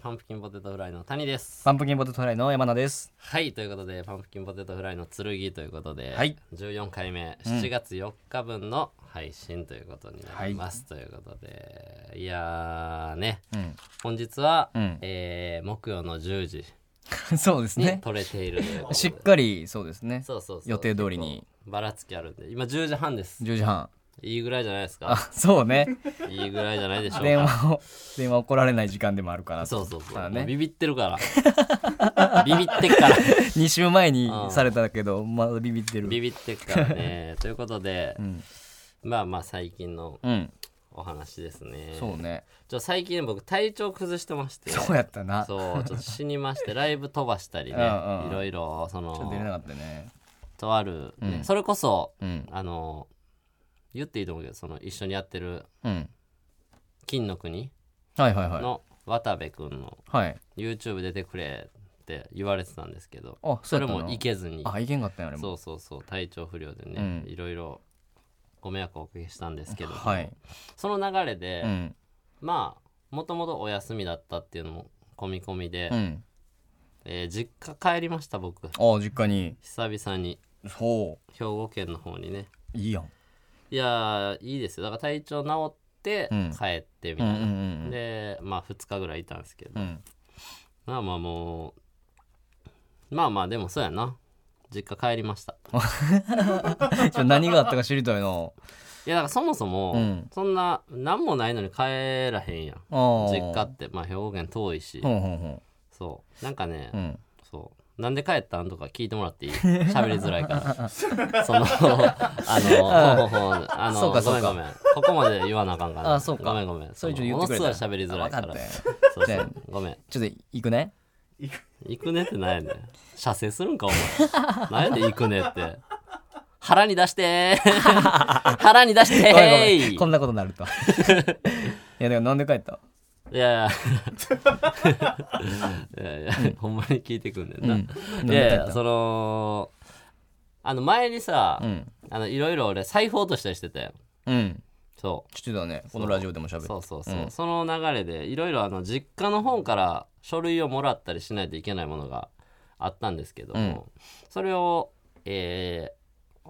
パンプキンポテトフライの谷ですパンプキンポテトフライの山名です。はいということでパンプキンポテトフライの剣ということで、はい14回目うん7月4日分の配信ということになります、ということでいやーねう本日は、うんえー木曜の10時ん。 そうですにね。撮れているということでしっかり、そうですね。そうそうそう予定通りに結構ばらつきあるんで今10時半です10時半。いいぐらいじゃないですあか、そうね。いいぐらいじゃないでしょう電か話を、電話怒られない時間でもあるから。そうそうそまあう、ねビビってるからビビってっから2週前にうんされたけど、まだビビってる。ビビってっから ねということで、んまあまあ最近のうん。お話ですねそうね。ちょ最近僕体調崩してましてそうやったな。ちょそうちょっと死にま してライブ飛ばしたりねうんうんいろいろそっと出れなのかったね。とある、ねうんそれこそうん。あの言っていいと思うけどその一緒にやってるうん。金の国はいはいはい。の渡部君のはい。 YouTube 出てくれって言われてたんですけどあ、そやれったなもいけずにあ、いけんかったよ、あれも。そうそうそう体調不良でうねんいろいろご迷惑をおかけしたんですけどもはい。その流れで、うん。まあもともとお休みだったっていうのも込み込みで、うん。えー実家帰りました僕あ、実家に。久々にそ兵庫県の方にねう。いいやん。いやーいいですよだから体調治ってうん帰ってみうたんいうんな、うんでまあ2日ぐらいいたんですけど、うん。うん。まあまあもうまあまあでもそうやな実家帰りましたちょ何があったか知りたいな。いやだからそもそも、うんそんな何もないのに帰らへんやんあー実家ってまあ兵庫県遠いし、ほんほんほん。そうなんかね、うん。そう。なんで帰ったんとか聞いてもらって いい喋りづらいから。その、あの、ほうほうほうあその、うかごそめうんかごめん。ここまで言わなあかんから。あそうかごめんごめん。それのちょっと言ってくれたもらのすごい喋りづらいかあ分らか。ったよそうじそゃあう。ごめん。ちょっと行くね。行くねってなんやねん。射精するんか、お前。なんやで行くねって。腹に出して ー腹に出してごめんごめんーこんなことになると。い や、だからなんで帰ったいやいやいやいや、ほんまに聞いてくんねんな。なんいやいで帰やったそのあの前にさ、うん。あのいろいろ俺財布落としたりしてたようん。そしてたね。このラジオでも喋うる。そうそうそう、うんその流れでいろいろあの実家の方から書類をもらったりしないといけないものがあったんですけども、それを、えー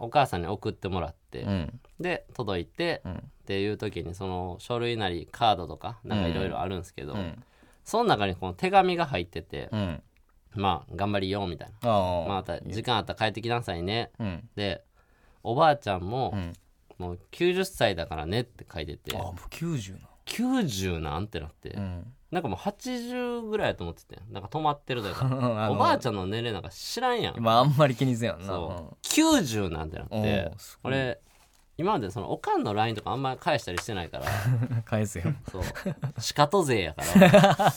お母さんに送ってもらって、うん。で届いて、うんっていう時にその書類なりカードとかなんかいろいろあるんですけど、うん。その中にこの手紙が入ってて、うん。まあ頑張りよみたいな、ああ。また時間あったら帰ってきなさいねうん。でおばあちゃんも、うん。もう90歳だからねって書いててあ、もう90な。 90なんてなって、うん。 なんかもう80ぐらいやと思っててなんか止まってる というかおおばあゃちゃんの年齢なんか知らんやんまあ、あんまり気にせんやんな。そう90なんてなっおてーすごい俺今までそのおかんの LINE とかあんま返したりして ないからうん 返せ よ。そうしかと勢やから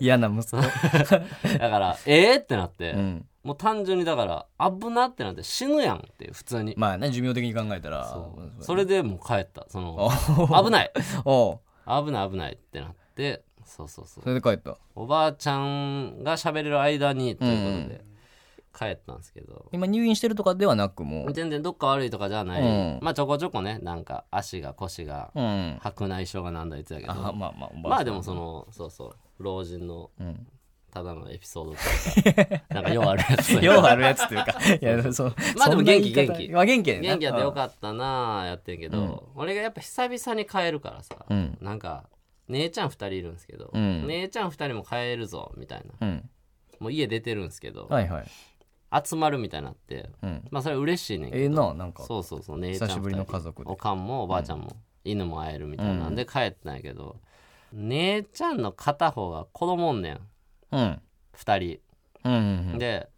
嫌な息子。 だからええってなって、うん。も う単純にだから危なってなって死ぬやんって普通に、まあね、寿命的に考えたら。そうそれでもう帰ったその お危ないおう危ない危ないってなってそうそうそうそれで帰った。おばあちゃんが喋れる間にということうで帰ったんですけど、今入院してるとかではなくもう。全然どっか悪いとかじゃない、うんまあちょこちょこねなんか足が腰がうん。白内障がなんだ言ってたけあ、まあどまあ、おばあちゃんまあでもそのそうそう老人のうん。ただのエピソードという かなんかようあるや つようあるやつというか。 いや、そう。まあでもそんな言い元気方元気まあ元気やねんな。元気やってよかったなあやってんけど、俺がやっぱ久々に帰るからさ、うん。なんか姉ちゃん2人いるんですけど、うん姉ちゃん2人も帰るぞみたいなうん。もう家出てるんですけど、はいはい。集まるみたいになってうん。まあそれ嬉しいねんけどええな、なんか。そうそうそう姉ちゃん久しぶりの家族二人おで。かんもおばあちゃんも、犬も会えるみたいなんで帰ったんやけど、姉ちゃんの片方が子供おんねんうん。 2うんうんう人ん。で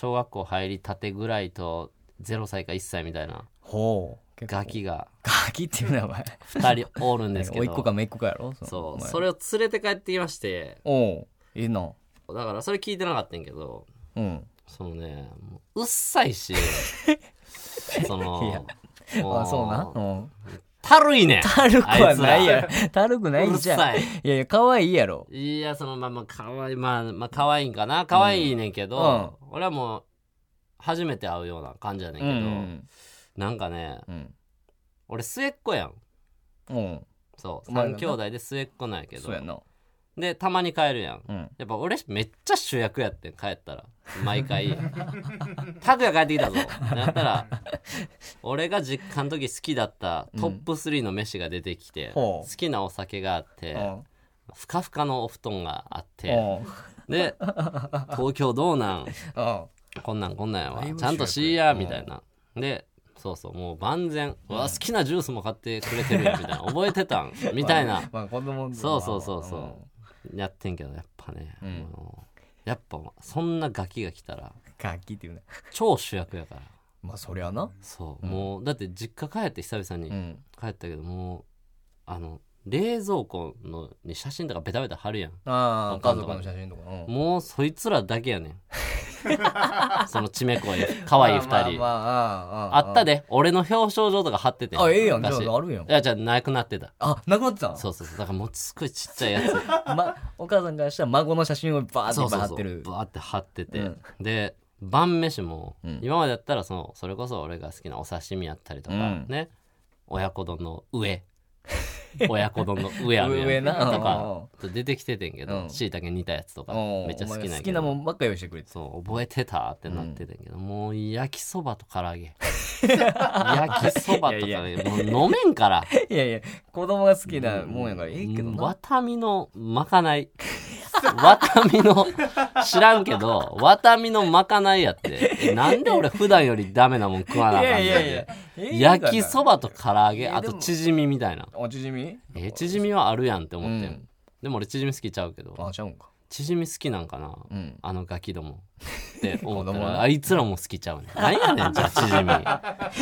小学校入りたてぐらいと0歳か1歳みたいなほう。結構ガ。キがガキっていう名前。 2人おるんでなんすかけ おいっど子かめいっ子かやろそう前それを連れて帰ってきましておう。ええな。だからそれ聞いてなかったんやけどうん。そのねもううっさい しそいやのもあ、そうな。うん。たるいねんたるくはないあやろ。たるくなういるじゃん。さいいやいや、可愛いやろ。いや、そのまあまあ、かわいい、まあ、まあ、可愛いんかな。可愛いねんけど、俺はもう、初めて会うような感じやねんうけんど、うんなんかね、うん。俺末っ子やん。うん。そう、お前が三な兄弟で末っ子なんやけどそうや、な。でたまに帰るやんうんやっぱ俺めっちゃ主役やってん帰ったら毎 回「拓也帰ってきたぞ」ってなったら俺が実家の時好きだったトップ3の飯が出てきて、ほ好うきなお酒があって、うんふかふかのお布団があって、うん で「東京どうなんうんこんなんこんなんやわだいぶちゃんとしいや」みたいな、でそうそうもう万全、うわ好きなジュースも買ってくれてるやんみたいな覚えて たんみたいなまあ子供のそうそうそうそうやってんけどやっぱね、うんもうやっぱそんなガキが来たら楽器っていうね超主役やからまあそりゃなそう、もうだって実家帰って久々うにん帰ったけど、もうあの冷蔵庫のに写真とかベタベタ貼るやんああおか家んと族かの写真とかうんもうそいつらだけや ねんそのちめこい可愛い二人、まあまああったで俺の表彰状とか貼っててあええやんじゃ昔ああるやんいやじゃあなくなってたあなくなってたんそうそうそうだからもうすっごいちっちゃいやつまお母さんからしたら孫の写真をバーっていっぱい貼ってるバーって貼ってて、うんで晩飯も、うん今までだったらそのそれこそ俺が好きなお刺身やったりとか、うんね親子丼の上親子丼の上あるやん上なとうんか出てきててんけうどんしいたけ煮たやつとかうんめっちゃ好きなんおやけ前ど好きなもんばっか用意してくれてそう覚えてたってなってたんやけど、もう焼きそばと唐揚 げ焼きそばと唐いや揚げもう飲めんからいやいや子供が好きなもんやからええけどうんなわたみのまかない。 わたみの、知らんけど、わたみのまかないやって。えなんで俺普段よりダメなもん食わなあかんねんいやいやいや焼きそばばと唐揚げ、えあとでもチヂミみたいな。お縮みえ、チヂミはあるやんってう思ってん。んでも俺チヂミ好きちゃうけど、あちゃうんかチヂミ好きなんかな、うんあのガキども。って思った子供ら、はあいつらも好きちゃうねん。なんやねん、じゃあチヂ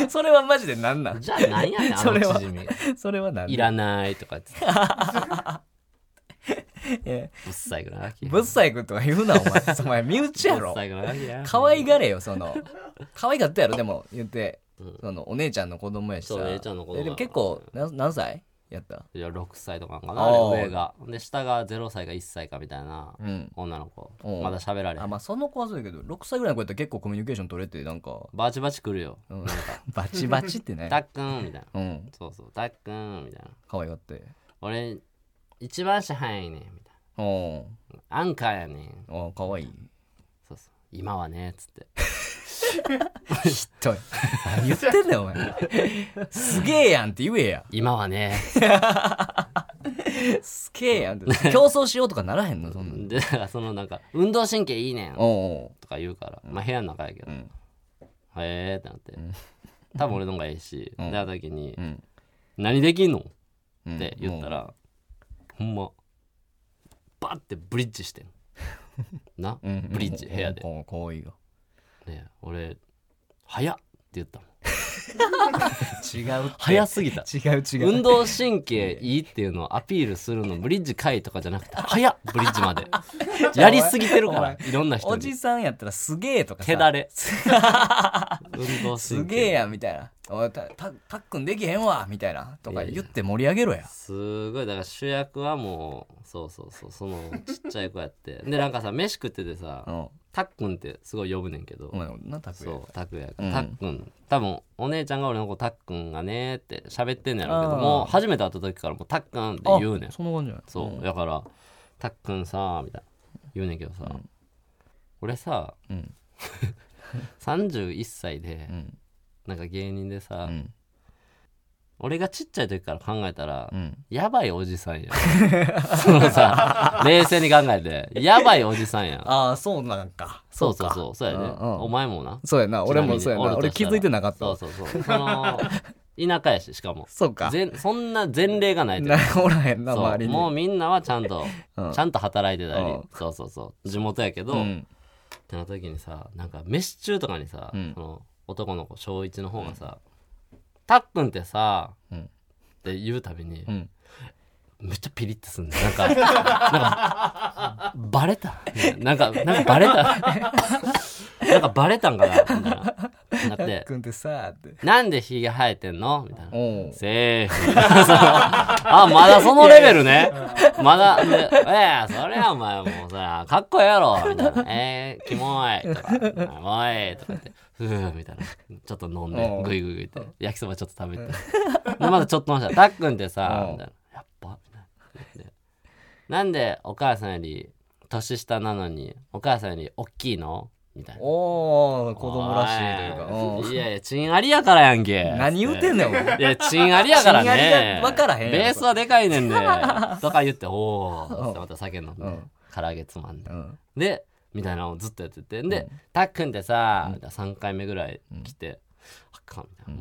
ミ。それはマジでなんなんじゃあなんやねん、あのそチれはヂミ。それはなんいんらないとか言っ てた。えぶっさいぐらいなガキ。ぶっさいくとか言うなお前お前身内やぶっろさいぐらいなガキや可愛がれよその可愛かったやろでも言ってうんそのお姉ちゃんの子供やしさそうお姉ちゃんの子供えでも結構な何歳やったいや6歳とかかなあー上がで下が0歳か1歳かみたいなうん女の子おうまだ喋られへあんまあその子はそうやけど6歳ぐらいの子やったら結構コミュニケーション取れてなんかバチバチ来るようん バチバチってねたっくんみたいなうんそうそうたっくんみたいな可愛がって俺一番支配やねんみたいうんなアンカーやねんあ可愛いそうそう今はねっつってひど い何言ってんだよお前すげえやんって言えや今はねすげえやんって競争しようとかならへんのそんな んでだからそのなんか運動神経いいねんおうとか言うからまあ部屋の中やけどおううへんえってなって多分俺の方がいいしうんなった時にうん何できんのうんって言ったら、ほんまバッてブリッジしてん な、うんブリッジ部屋で、うんうん可愛いがね俺早っって言ったもん違う早すぎた違う違う運動神経いいっていうのをアピールするのブリッジ回とかじゃなくて早っブリッジまでやりすぎてるか おら前いろんな人おじにさんやったらすげえとか手ださ れ 運動す神げえ経やんみたいなおいたたたっくんできへんわみたいなとか言って盛り上げろやすごいだから主役はもうそうそうそうそのちっちゃい子やってでなんかさ飯食っててうさんたっくんってすごい呼ぶねんけど、お前なたっくんそう、たくやうんたっくん。多分、お姉ちゃんが俺の子、たっくんがねーって喋ってんねやろうけど、あーもう初めて会った時からもうたっくんって言うねんあ。そんな感じやそう。だから、たっくんさー、みたいな。言うねんけどさ、俺さ、うん 31歳でう、んなんか芸人でうさ、ん俺がちっちゃい時から考えたらう、んやばいおじさんやん。その さ、冷静に考えて、やばいおじさんやん。ああそうなんかそうそうそう、そうやね。うんうんお前もな。そうやな俺もそうちやなみにおると俺した気らづいてなかったそうわそうそう。その、田舎やし、しか も。そうか全そんな前例がないというなかおらへんなそう周りにもうみんなはちゃんと、 うんちゃんと働いてたり、うんそうそうそう地元やけど、っうんてなった時にさなんか飯中とかにさ、うんその男の子小一の方がさ「たっくんってさ」うんって言うたびに、うんめっちゃピリッてすんねなんかなんかバレたなんかなんかバレたなんかバレたんかなみたいななったてっくんってさって「なんでひげ生えてんの?」みたいな。おうセーフ。 そのあ、まだそのレベルね。まだ、でええそれはお前もうさ、かっこええやろ、みたいな。ええキモい、とか、おい、とか言って、ふぅ、みたいな。ちょっと飲んうでん、ぐいぐいぐいって、焼きそばちょっと食べて。で、まだちょっと飲んだら、たっくんってさう、んみたいな。やっぱ、みたいな。でなんでお母さんより年下なのにお母さんより大きいのみたいなおー、子供らしいおというか。いやいやチンありやからやんけうん何言うてんねん、お前。いやチンありやからチンありねがわからへんやろベースはでかいね んでとか言っておおまた酒飲んでうん唐揚げつまんでうん。でみたいなのをずっとやっててうでんたっくんってさみたいな3回目ぐらい来てあかんみたい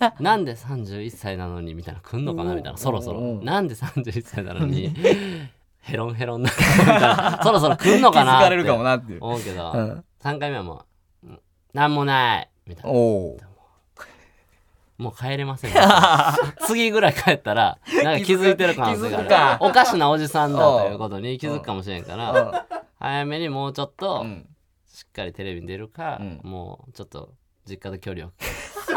なもうなんで31歳なのにみたいな来んのかなみたいなそろそろうんなんで31歳なのにヘロンヘロンなのみたい なそろそろ来んの気かづなかれるかもってなっていう。思うけどうん。 3回目はもううん「なんもない」みたいなおー。もう帰れません。 次ぐらい帰ったら、なんか気づいてる可能性がある。気づくかおかしなおじさんだおうということに気づくかもしれんから、早めにもうちょっとう、ん。しっかりテレビに出るか、うんもうちょっと、実家と距離を置く。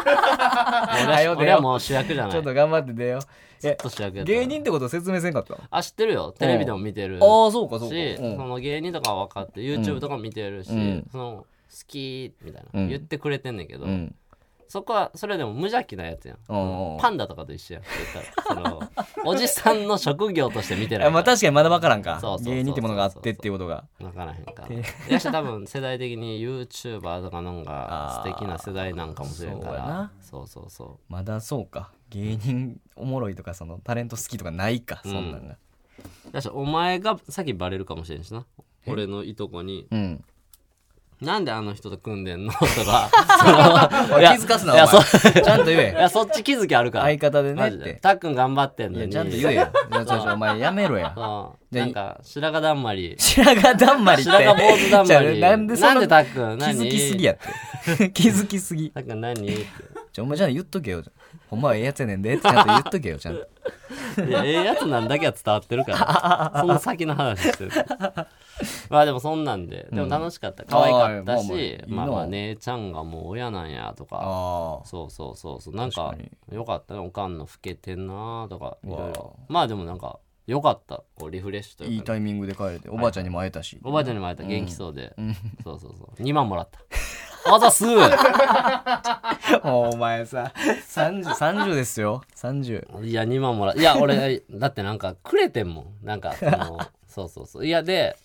はよ出よう俺はもう主役じゃない。ちちょょっっとと頑張って出よう。え、主役やったから芸人ってこと説明せんかったああ、知ってるよ。テレビでも見てるあ。ー、そうか、そうか。し、うそんの芸人とかは分かって、YouTube とかも見てるし、うんその、好きみたいな、うん言ってくれてんねんけど、うん。そこはそれでも無邪気なやつやんうんパンダとかと一緒やん言ったらそ のおじさんの職業として見てないあまあから確かにまだ分からんかそうそうそうそう芸人ってものがあってっていうことが分からへんからやし多分世代的に YouTuber とかのんが素敵な世代なんかもしれんかあーそうやらなそうそうそまだそうか芸人おもろいとかそのタレント好きとかないか、そんなんがうだしお前が先バレるかもしれんしな俺のいとこにうん「なんであの人と組んでんの?」と かおいいや気づかすないやお前ちゃんと言 いえやそっち気づきあるから相方でねマっジでてたっくん頑張ってんいのやにちゃんと言えよちょち ょちょお前やめろやそうじゃあなんか白髪だんま り白髪だんまりって白髪坊主だんまりちゃうなんでそなんのでたっくん気何づきすぎやっ て気づきすぎたっくん何ってちょお前ちゃんと言っとけよほんまはええやつやねんでってちゃんと言っとけよちゃんといやええやつなんだけは伝わってる から。その先の話してる。まあでもそんなんで、でも楽しかった。可愛かったあーし、ままあまあいいなあまあ姉ちゃんがもう親なんやとか、あそうそうそうそう、なん確かかよかったね、おかんの老けてんなとか、いろいろわ。まあでもなんかよかった、こうリフレッシュとあいいういか。タイミングで帰れておばあちゃんにも会えたしおばあちゃんにも会えた、元気そうで。そうそうそう。2万もらった。あざっすいもう お前さ 30, 30ですよ30や、2万もらいや、俺、 だってなんかくれてんもん。なんか、そ の、そうそうそう。いや、で、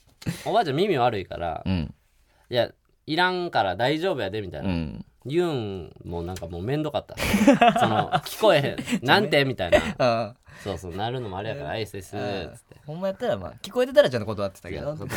おばあちゃん耳悪いから、うんいや、いらんから大丈夫やで、みたいうな。ん言うんもなんかもうめんどかった。 その、聞こえ へん。なんてみたいな。あそうそう、なるのもあれやから、アイスです。つって。ほんまやったらまあ聞こえてたらちゃんと断ってたいけやど断って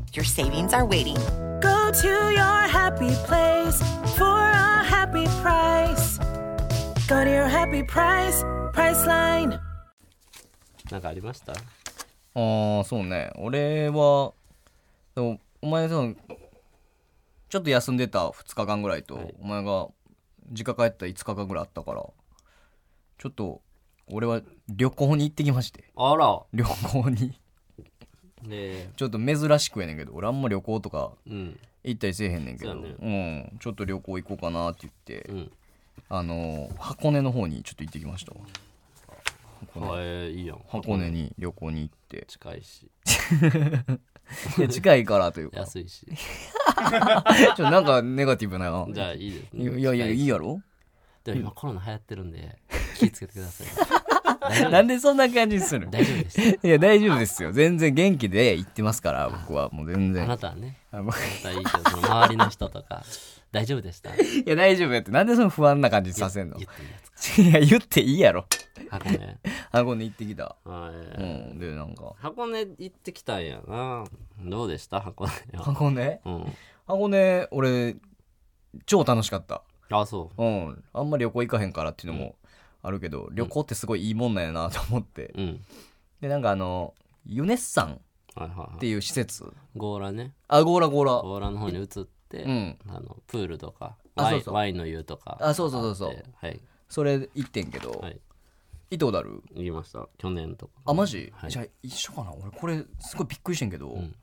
Your savings are waiting. Go to your happy place for a happy price. Go to your happy price, price line. なんかありましたああそうね俺はでもお前そのちょっと休んでた2日間ぐらいと、お前が実家帰った5日間ぐらいあったからちょっと俺は旅行に行ってきましてあら。旅行に で、ちょっと珍しくやねんけど俺あんま旅行とかうん。行ったりせえへんねんけどう、そうやん、ちょっと旅行行こうかなって言って、うん。あのー箱根の方にちょっと行ってきましたわあえーいいやん。箱根に旅行に行って 近いし、いや近いからというかち安いし。ょっとなんかネガティブなのじゃあいいですいね。やいやいや近いしいやろでも今コロナ流行ってるんで、気をつけてください。なんでそんな感じにする大丈夫 です。いや大丈夫ですよ全然元気で行ってますから僕はもう全あ然なたはね、あもうまたいいけど、その周りの人とか、大丈夫でした言っていや大丈夫やってなんでその不安な感じにさせんのいいいやつや言っていいやろか。箱根。箱根行ってきたはういんでなんか箱根行ってきたんやな。どうでした箱根は。箱根うん。箱根俺超楽しかったあ、そうんあんまり旅行行かへんからっていうのもあるけど旅行ってすごいいいもんなんやなと思ってう。うん。でなんかあのユネッサンはいはいはってい。いう施設ゴーラね。あゴーラゴーラゴーラの方に移って、うんあのプールとかあワイそうそうワインの湯とか。あそうそうそうそうはい。それ行ってんけど、はい。行ったことある言いました去年とかあマジ、はいじゃあ一緒かな俺これすごいびっくりしてんけど、ん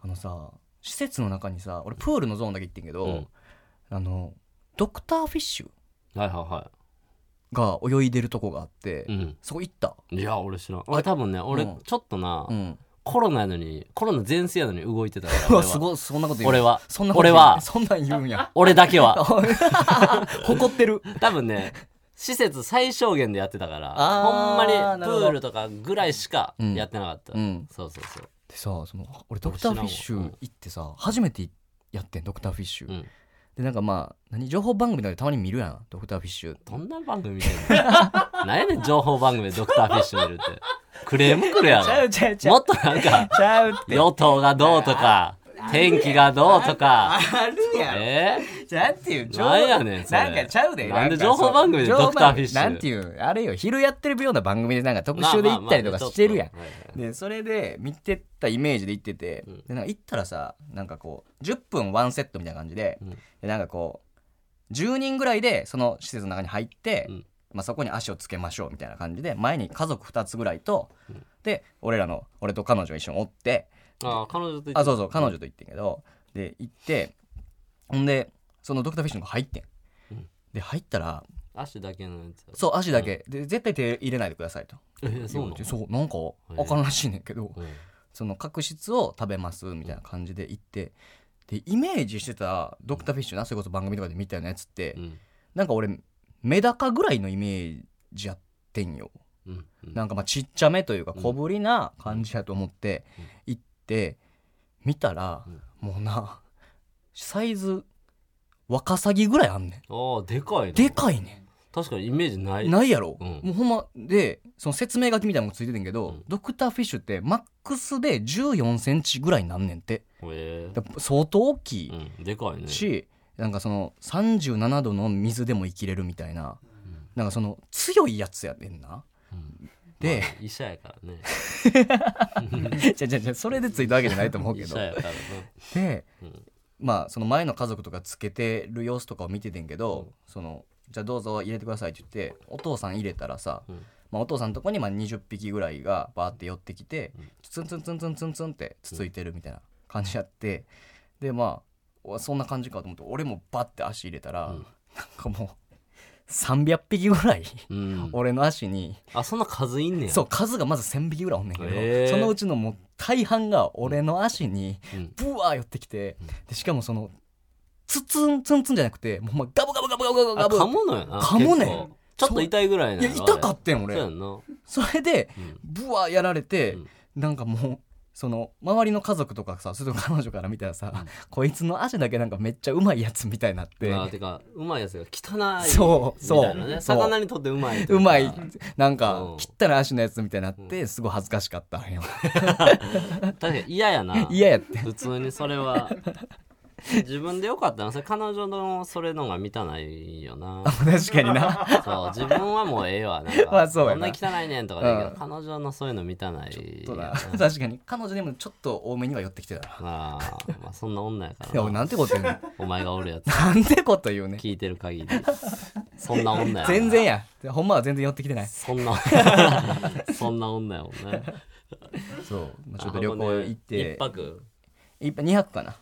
あのさ施設の中にさ俺プールのゾーンだけ行ってんけど、うんあのドクターフィッシュはいはが泳いでるとこがあって、いはいうんそこ行ったいや俺知らん俺多分ね俺うんちょっとな、うんコロナやのにコロナ前世やのに動いてたから俺う わはすごいそんなこと言う俺はそんなこと言う俺はそんなん言うん や俺だけは 誇ってる多分ね施設最小限でやってたからあーほんまになるほプどールとかぐらいしかやってなかった、うんそうそうそうでさその俺ドクターフィッシュ行ってさ初めてやってんドクターフィッシュ、うんでなんかまあ何情報番組とかでたまに見るやんドクターフィッシュどんな番組見てんの 何やねん情報番組でドクターフィッシュ見るってクレームくるやろちゃうもっとなん かちゃうっ与党がどうとか天気がどうとかあるやんえじゃあなんていう情報なんやねんそれなんかちゃうでなんでかそう情報番組で情報ドクターフィッシュなんていうあれよ昼やってるような番組でなんかー特集で行ったりとかしてるやん、まあまあまあちょっとはいはいでそれで見てったイメージで行ってて、でなんか行ったらさなんかこう10分ワンセットみたいな感じで,、んでなんかこう10人ぐらいでその施設の中に入って、うんまあ、そこに足をつけましょうみたいな感じで前に家族2つぐらいと、で俺らの俺と彼女が一緒におってあー彼女と行ってあそうそう彼女と行ってんけど、で行ってほんでそのドクターフィッシュの子入ってん、で入ったら足だけのやつそう足だけ、で絶対手入れないでくださいとえそうなの言われてそうなんかあかんらしいねんけど、うんその角質を食べますみたいな感じで行ってでイメージしてたドクターフィッシュなそれこそ番組とかで見たようなやつって、うんなんか俺メダカぐらいのイメージやってんようんうんなんかまあちっちゃめというか小ぶりな感じやと思って行って見たらもうなサイズワカサギぐらいあんねあーでかいなんでかいね確かにイメージないんないやろ、うんもうほんまでその説明書きみたいなのもついててんけど、んドクターフィッシュってマックスで1 4センチぐらいなんねんってへーだから相当大きいうんでかいねし、なんかその37度の水でも生きれるみたいな、なんかその強いやつやねんな。で、医者やからね じゃじゃじゃそれでついたわけじゃないと思う け医ど者。やからなで、まあその前の家族とかつけてる様子とかを見ててんけど、そのじゃあどうぞ入れてくださいって言ってお父さん入れたらさ、まあ、お父さんのとこにまあ20匹ぐらいがバーって寄ってきて、ツンツンツンツンツンツンってつついてるみたいな感じやってでまあおそんな感じかと思って俺もバッて足入れたら、なんかもう300匹ぐらい、うん俺の足にあそんな数いんねやそう数がまず1,000匹ぐらいおんねんけど、へーそのうちのもう大半が俺の足にうんブワー寄ってきて、でしかもそのツツンツンツンじゃなくてもうほんまガブガブガブガブガあブかガブものやなかもねん結構ちょっと痛いぐらいいなやの痛かあってんれそうや俺んなそれでうんブワーやられて、うんなんかもうその周りの家族とかさそれと彼女から見たらさ、こいつの足だけなんかめっちゃうまいやつみたいになってあーてかうまいやつが汚いそうそうみたいなねそう魚にとってうまいというかまいなんうかん切ったら足のやつみたいになってすごい恥ずかしかったんよ確かに嫌やな 嫌やって 普通にそれは自分でよかったなそれ彼女のそれのが満たないよ な確かになそう自分はもうええわなんか まあそうやこんなな汚いねんとかだけど、うん彼女のそういうの見たないそうだな確かに彼女でもちょっと多めには寄ってきてたなあーまあそんな女やかいやら俺ななんてこと言うねお前がおるやつん なんてこと言うねん聞いてる限りそんな女やな全然やほんまは全然寄ってきてないそんな そんな女やもんねそう、まあ、ちょっと旅行行っ一て泊一泊2泊かな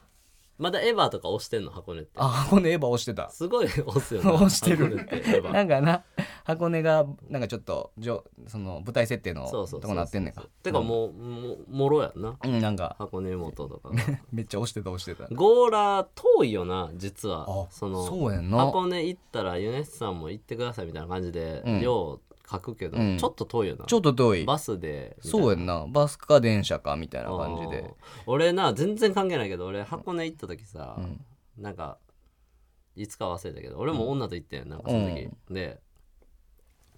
まだエヴァとか押してんの箱根ってあ箱根エヴァ押してたすごい押すよね 押して箱根るってエヴァなんかな箱根がなんかちょっとじょその舞台設定のそとうそうそうこなってんねんかてかもうももろやんなうんなんか箱根元とかめっちゃ押してた押してたゴーラ遠いよな実はあそのそうやんな箱根行ったらユネスさんも行ってくださいみたいな感じで、うんよう書くけど、うんちょっと遠いよなちょっと遠いバスでみたいそうやんなバスか電車かみたいな感じあでー俺な全然関係ないけど俺箱根行った時さ、なんかいつか忘れたけど俺も女と行ってんなんかその時、で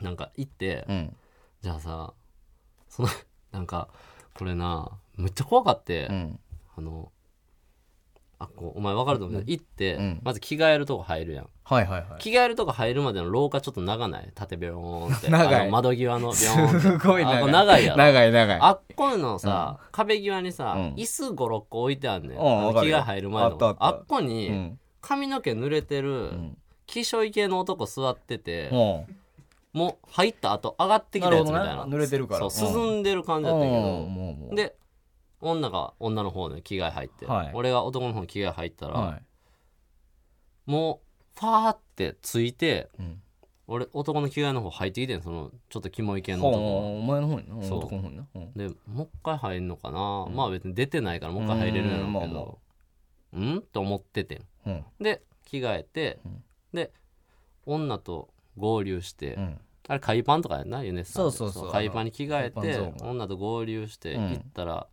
なんか行って、うんじゃあさそのなんかこれなめっちゃ怖かって、うんあのあこうお前分かると思うけど行って、んまず着替えるとこ入るやんはいはいはい着替えるとこ入るまでの廊下ちょっと長ない縦ビョーンって 長いあの窓際のビョすーンってごいあこ長れ長いいやろ長い長いあっこのさ、壁際にさ、うん椅子56個置いてあんねん、うんあのわか着るよ替え入る前のあったあったあっこに、うん髪の毛濡れてる、ん気象系の男座ってて、もうもう入った後上がってきたやつみたいななるほどね濡れてるからそううん涼んでる感じだったけど、もうもうで女が女の方の着替え入って、はい俺が男の方の着替え入ったら、はもうファーってついて、うん俺男の着替えの方入ってきてんそのちょっとキモい系いのほう男お前の方になそう男の方になうんでもう一回入んのかな、まあ別に出てないからもう一回入れるんやろうけどうん,、と思っててんうんで着替えて、で女と合流して、うんあれ海パンとかやんなユネスさんってそうそうそう海パンに着替えあの海パてンゾーンが女と合流してうん行ったら、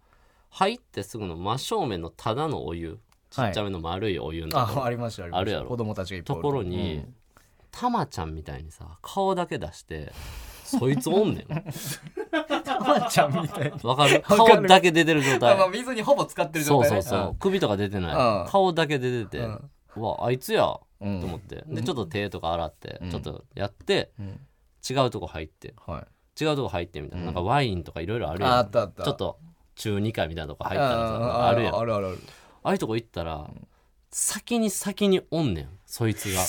入ってすぐの真正面のただのお湯ちっちゃめの丸いお湯のとこあありましたありましたあるやろ子供たちがいっとぱいおるころに、たまちゃんみたいにさ顔だけ出してそいつおんねん浜ちゃんみたいなわかるかる顔だけ出てる状まあ態水にほぼ使ってるそ状う態そねうそう首とか出てうなんい顔だけ出てて、うんうわあいつやとうん思ってでちょっと手とか洗って、うんちょっとやって、ん違うとこ入ってはい違うとこ入ってみたいな,、なんかワインとかいろいろあるやんああったあったちょっと中2回みたいなとこ入ったらあさあーるやんああるあるあるあいうとこ行ったら先に先におんねんそいつが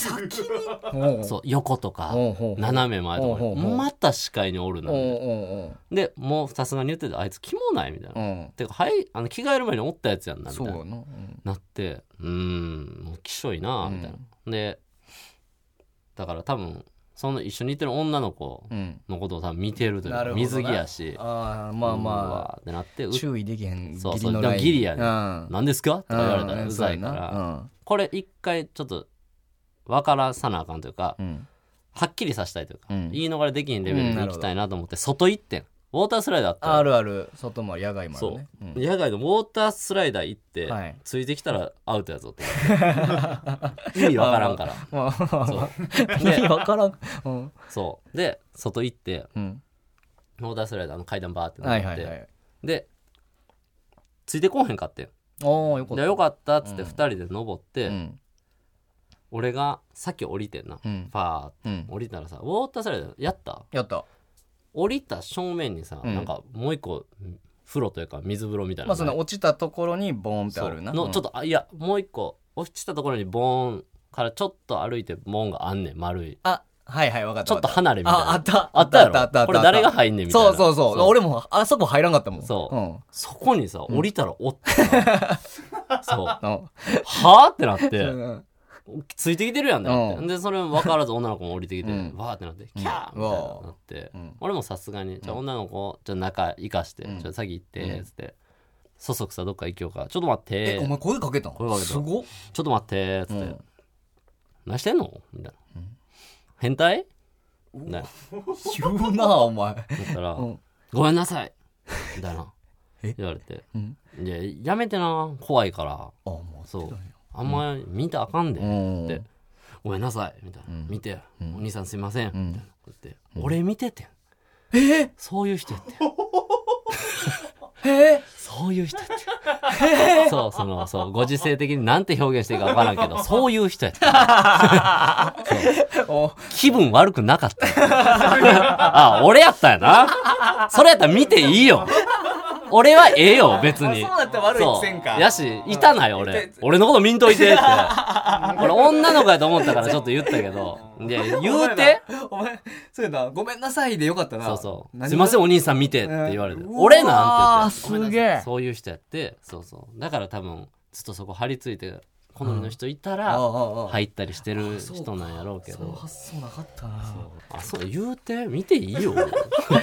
おうそう横とかほうほうほう斜め前とかほうほうほうまた視界におるなおうみたいなおうでもうさすがに言ってたあいつキモないみたいおうなうんてかはいあの着替える前におったやつやんなみたいそうなやなうんなってうーんもうきしょいなみたいな、でだから多分その一緒にいてる女の子うんのことを多分見てるというなか、るほどね水着やしああまあうまわーってなってうあ注意できへんそうギそリうのでもラインギリやねうん何ですかとか言われたうらんうざいから、そうやなこれ一回ちょっと分からさなあかんというか、うんうんはっきりさせたいというか、うん言い逃れできんレベルでいきたいなと思って、外行ってんウォータースライダーあったやんあるある外もある野外もあるそねう、うん野外のウォータースライダー行って、はいついてきたらアウトやぞって 意味わからんから まあまあまあ で意味わからんうんそうで外行ってうんウォータースライダーの階段バーってなはっいて、はいはいでついてこうへんかってんおおよかっでたよかったっつって2人で登って、うん俺がさっき降りてんな、フんァーってうん降りたらさウォータースライダーやったやった降りた正面にさ、なんかもう一個風呂というか水風呂みたいな、まあその落ちたところにボーンってそうあるなのうんちょっとあいやもう一個落ちたところにボーンからちょっと歩いてボーンがあんねん丸いあはいはい分かったちょっと離れみたいなああったあったやろあったあったあったこれ誰が入んねんみたいなそうそうそうそう俺もあそこ入らんかったもんそううんそこにさ降りたらおった、そうはああってなって、うんついてきてるやんってなって、うんでそれも分からず女の子も降りてきて、んわーってなってキャーみたいななって、ん俺もさすがにじゃあ女の子じゃあ中生かして、じゃあ先行ってつって、そそくさどっか行きようかちょっと待っえてお前声かけたの声かけたすごっちょっと待ってっつって、うん何してんのみたいな、変態みたいな言うなお前言ったら、うんごめんなさいみたいなえ言われて、うんいややめてな怖いからあもそうあんま見たらあかんで、うんでごめんなさいみたいな、見て、お兄さんすいません、みたいな言って、俺見ててんえそういう人やってんえそういう人や ってんそうそのそうご時世的になんて表現していいか分からんけ どそういう人やってんお気分悪くなかったよ。 あ、俺やったんやな。それやったら見ていいよ。俺はええよ、 別に。そうだったら悪いくせんかそうやし、いたなよ、うんい俺た。俺のこと見んといて って。俺、女の子やと思ったからちょっと言ったけど。 いや、言うて。お前そうやなごめんなさいでよかったなそうそう。すいません、お兄さん見てって言われて。俺あなあんて言って。すげえそういう人やって、そうそう。だから多分、ずっとそこ張り付いて、好みの人いたああら、ああ入ったりしてる人なんやろうけそうど。発想なかったなあ、そう、言うて、見ていい よ。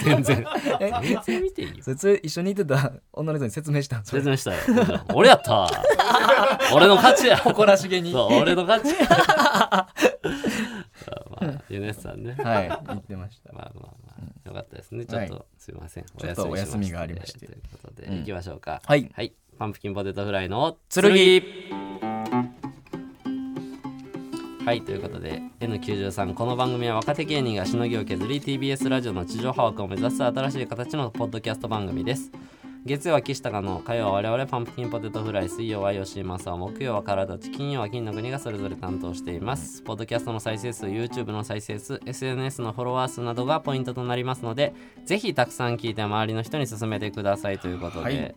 全然。全然見ていいよ。そいつ一緒にいてた 女の人に説明したんそれ説明したよ。俺や った。俺の勝ちや。誇らしげにそう、俺の勝ち や。まあ、ユネスさんね。まはい言ってましたあまあまあ、よかったですね。ちょっはと、すいません。ちょっとお休みがありましてということで、行きましょうか。はいはい。パンプキンポテトフライの剣はいということで N93 この番組は若手芸人がしのぎを削り TBS ラジオの地上波枠を目指す新しい形のポッドキャスト番組です月曜は岸高の火曜は我々パンプキンポテトフライ水曜は吉井正雄木曜はからだち金曜は金の国がそれぞれ担当していますポッドキャストの再生数 YouTube の再生数 SNS のフォロワー数などがポイントとなりますのでぜひたくさん聞いて周りの人に勧めてくださいということで、はい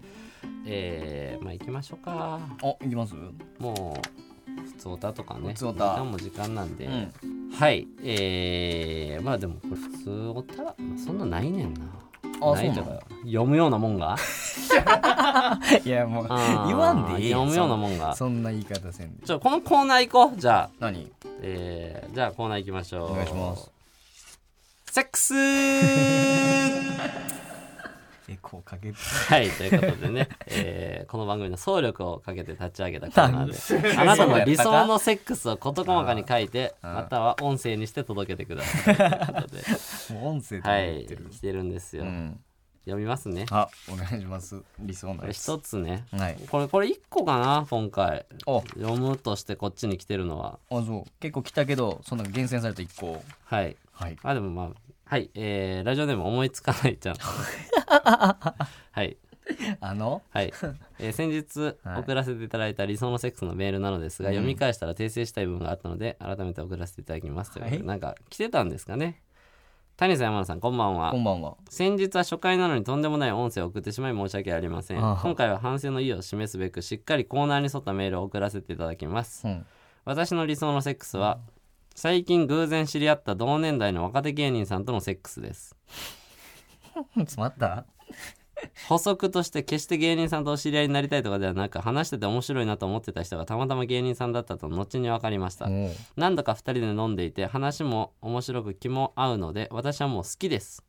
えー、まあ行きましょうかお行きますもう普通歌とかね普通歌時間も時間なんで、んはいえー、まあでもこれ普通おた、まあそんなないねんなあないとそうなのか読むようなもん が いやもうあー言わんでいい読むようなもんがそんな言い方せんでちょこのコーナー行こうじゃあ何えー、じゃあコーナー行きましょうお願いしますセックス はエコーかけるいということでね、えーこの番組の総力をかけて立ち上げたコーナーであなたの理想のセックスを事細かに書いてまたは音声にして届けてくださいということで もう音声では言っいてる、来てるんですよ、うん読みますねあお願いします理想のこやれつ一つね、はいこれこれ一個かな今回ああ読むとしてこっちに来てるのはそう結構来たけどそんな厳選された一個はいはいあでもまあはいえー、ラジオでも思いつかないじ ゃんはいあのはい、えー先日はい送らせていただいた理想のセックスのメールなのですが、読み返したら訂正したい部分があったので改めて送らせていただきますということで、はいなんか来てたんですかね谷さん山田さんこんばんはこんばんは先日は初回なのにとんでもない音声を送ってしまい申し訳ありませんああ今回は反省の意を示すべくしっかりコーナーに沿ったメールを送らせていただきます、うん私の理想のセックスは最近偶然知り合った同年代の若手芸人さんとのセックスです詰まった補足として決して芸人さんとお知り合いになりたいとかではなく話してて面白いなと思ってた人がたまたま芸人さんだったと後に分かりました、おう何度か2人で飲んでいて話も面白く気も合うので私はもう好きです、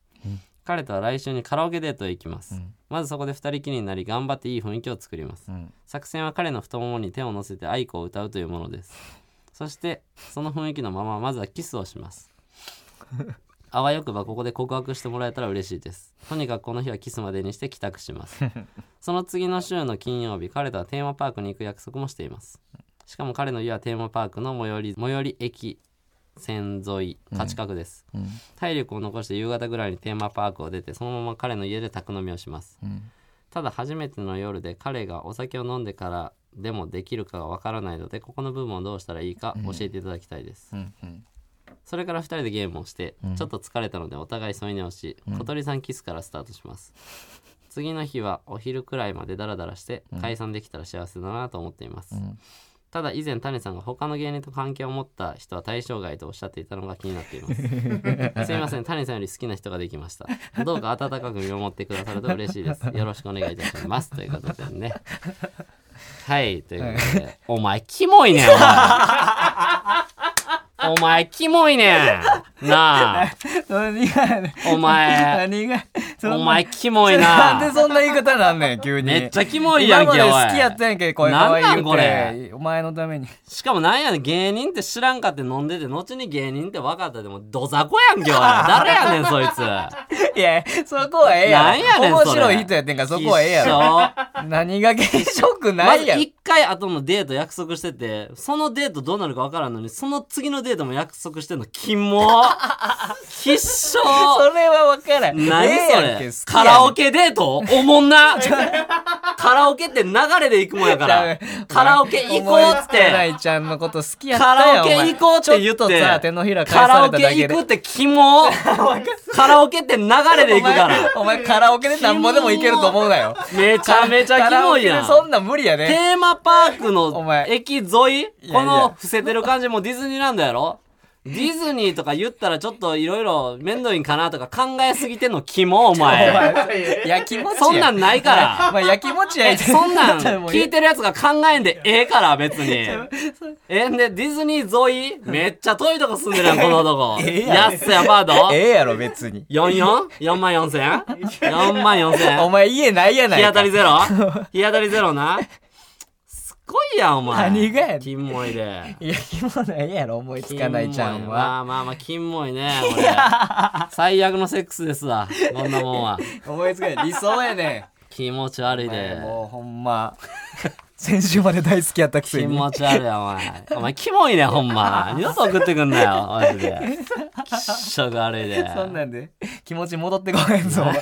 彼とは来週にカラオケデートへ行きます、まずそこで2人きりになり頑張っていい雰囲気を作ります、ん作戦は彼の太ももに手を乗せて愛子を歌うというものですそしてその雰囲気のまままずはキスをしますあわよくばここで告白してもらえたら嬉しいですとにかくこの日はキスまでにして帰宅しますその次の週の金曜日彼とはテーマパークに行く約束もしていますしかも彼の家はテーマパークの最寄り最寄り駅線沿い価値格です、体力を残して夕方ぐらいにテーマパークを出てそのまま彼の家で宅飲みをします、ただ初めての夜で彼がお酒を飲んでからでもできるかがわからないのでここの部分をどうしたらいいか教えていただきたいです、うんうんそれから2人でゲームをして、ちょっと疲れたのでお互い添い寝をし、小鳥さんキスからスタートします次の日はお昼くらいまでダラダラして解散できたら幸せだなと思っています、ただ以前谷さんが他の芸人と関係を持った人は対象外とおっしゃっていたのが気になっています すいません谷さんより好きな人ができま したどうか温かく見守ってくださると嬉しいですよろしくお願いいたしますということでねはいということでお前キモいねんお 前お前、キモいねん。な あ、 何がお前、何がそんなお前、キモいなんでな。そんな言い方な んねん急にめっちゃキモいやんけ、おい。今まで好きやったんやんけこれなんなん可愛い言うてお前のために しかもなんやねん、芸人って知らんかって飲んでて、後に芸人って分かったでも、どざこやんけ、おい。誰やねん、そいつ。いやそこは ええやろなんやねんそれ面白い人やってんからそこはええやろろ。何が現職なまずいやろ一回後のデート約束してて、そのデートどうなるか分からんのに、その次のデートも約束してんの、キ モ。必勝。それは分からん何ええそやんけれ好きやカんラオケデートおもんなカラオケって流れで行くもんやかダらメ。カラオケ行こうっつっお前なて。いちゃんのこと好きやっカたラやんオケ行こうって言っお前ちょっとさ手てのひら。返カさラオれたケだけで行くってキモカラオケって流れで行くから。お前お前カラオケでなんぼでもいけると思うなよめちゃめちゃカキラオモいケやでん。そんなん無理やテねーマパークおの前駅沿いやこの伏せてる感じもディズニーランドやろディズニーとか言ったらちょっといろいろ面倒いんかなとか考えすぎてんのキ モお前。焼きもちやそんなんないから。まあ焼きもち焼 えいてそんなんもう聞いてるやつが考えんでええから別に。えんでディズニー沿いめっちゃ 遠いとこ住んでるやんこの男。えやん安いアパートええやろ別に ?44?4 万4千 ?4 万4千お前家ないやない日か当たりゼロ日当たりゼロな。すごいやんお前。何がやねん金もいで。いやきもないやろ思いつかないちゃんまはあまあまあ、金もい ね。これ最悪のセックスですわ。こんなもんは。思いつかない理想やね気持ち悪いんで。もうほんま先週まで大好きやったくせ気に持ち悪いなお前。お前、キモいね、ほんま。二度と送ってくんなよ、マジで。きっしょく悪いで。 そんなんで気持ち戻ってこへんぞお前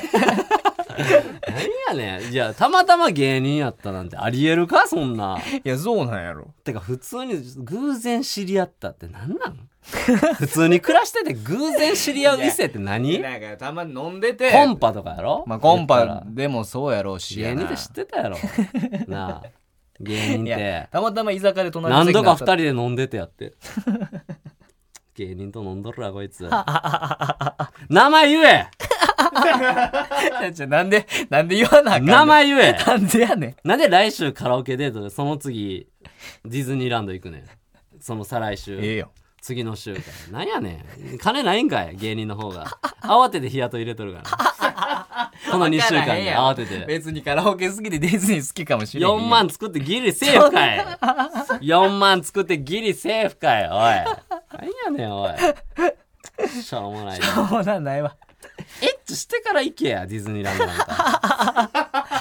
何やねん。いや、たまたま芸人やったなんてありえるか、そんな。いやそうなんやろてか、普通に偶然知り合ったって何なん 普通に暮らしてて偶然知り合う異性って何なんかたまに飲んでてコンパとかやろまあコン言ったらパでもそうやろうしや芸な人って知ってた やろ。なあ、芸人っいやて。たまたま居酒屋で隣の何席度にかな二 った人で飲んでてやって。芸人と飲んどるわ、こいつ。名前言えじゃあなんで、なんで言わなあかんねん名前言えなんでやねん。なんで来週カラオケデートで、その次、ディズニーランド行くねん。その再来週。ええよ。次の週から。なんやねん。金ないんかい、芸人の方が。慌てて日雇い入れとるから。この2週間で慌てて。別にカラオケ好きでディズニー好きかもしれん。 4万作ってギリセーフかい !4 万作ってギリセーフかいおい何やねんおいしょうもないなエッそうなんないわ。チしてから行けやディズニーランドなんか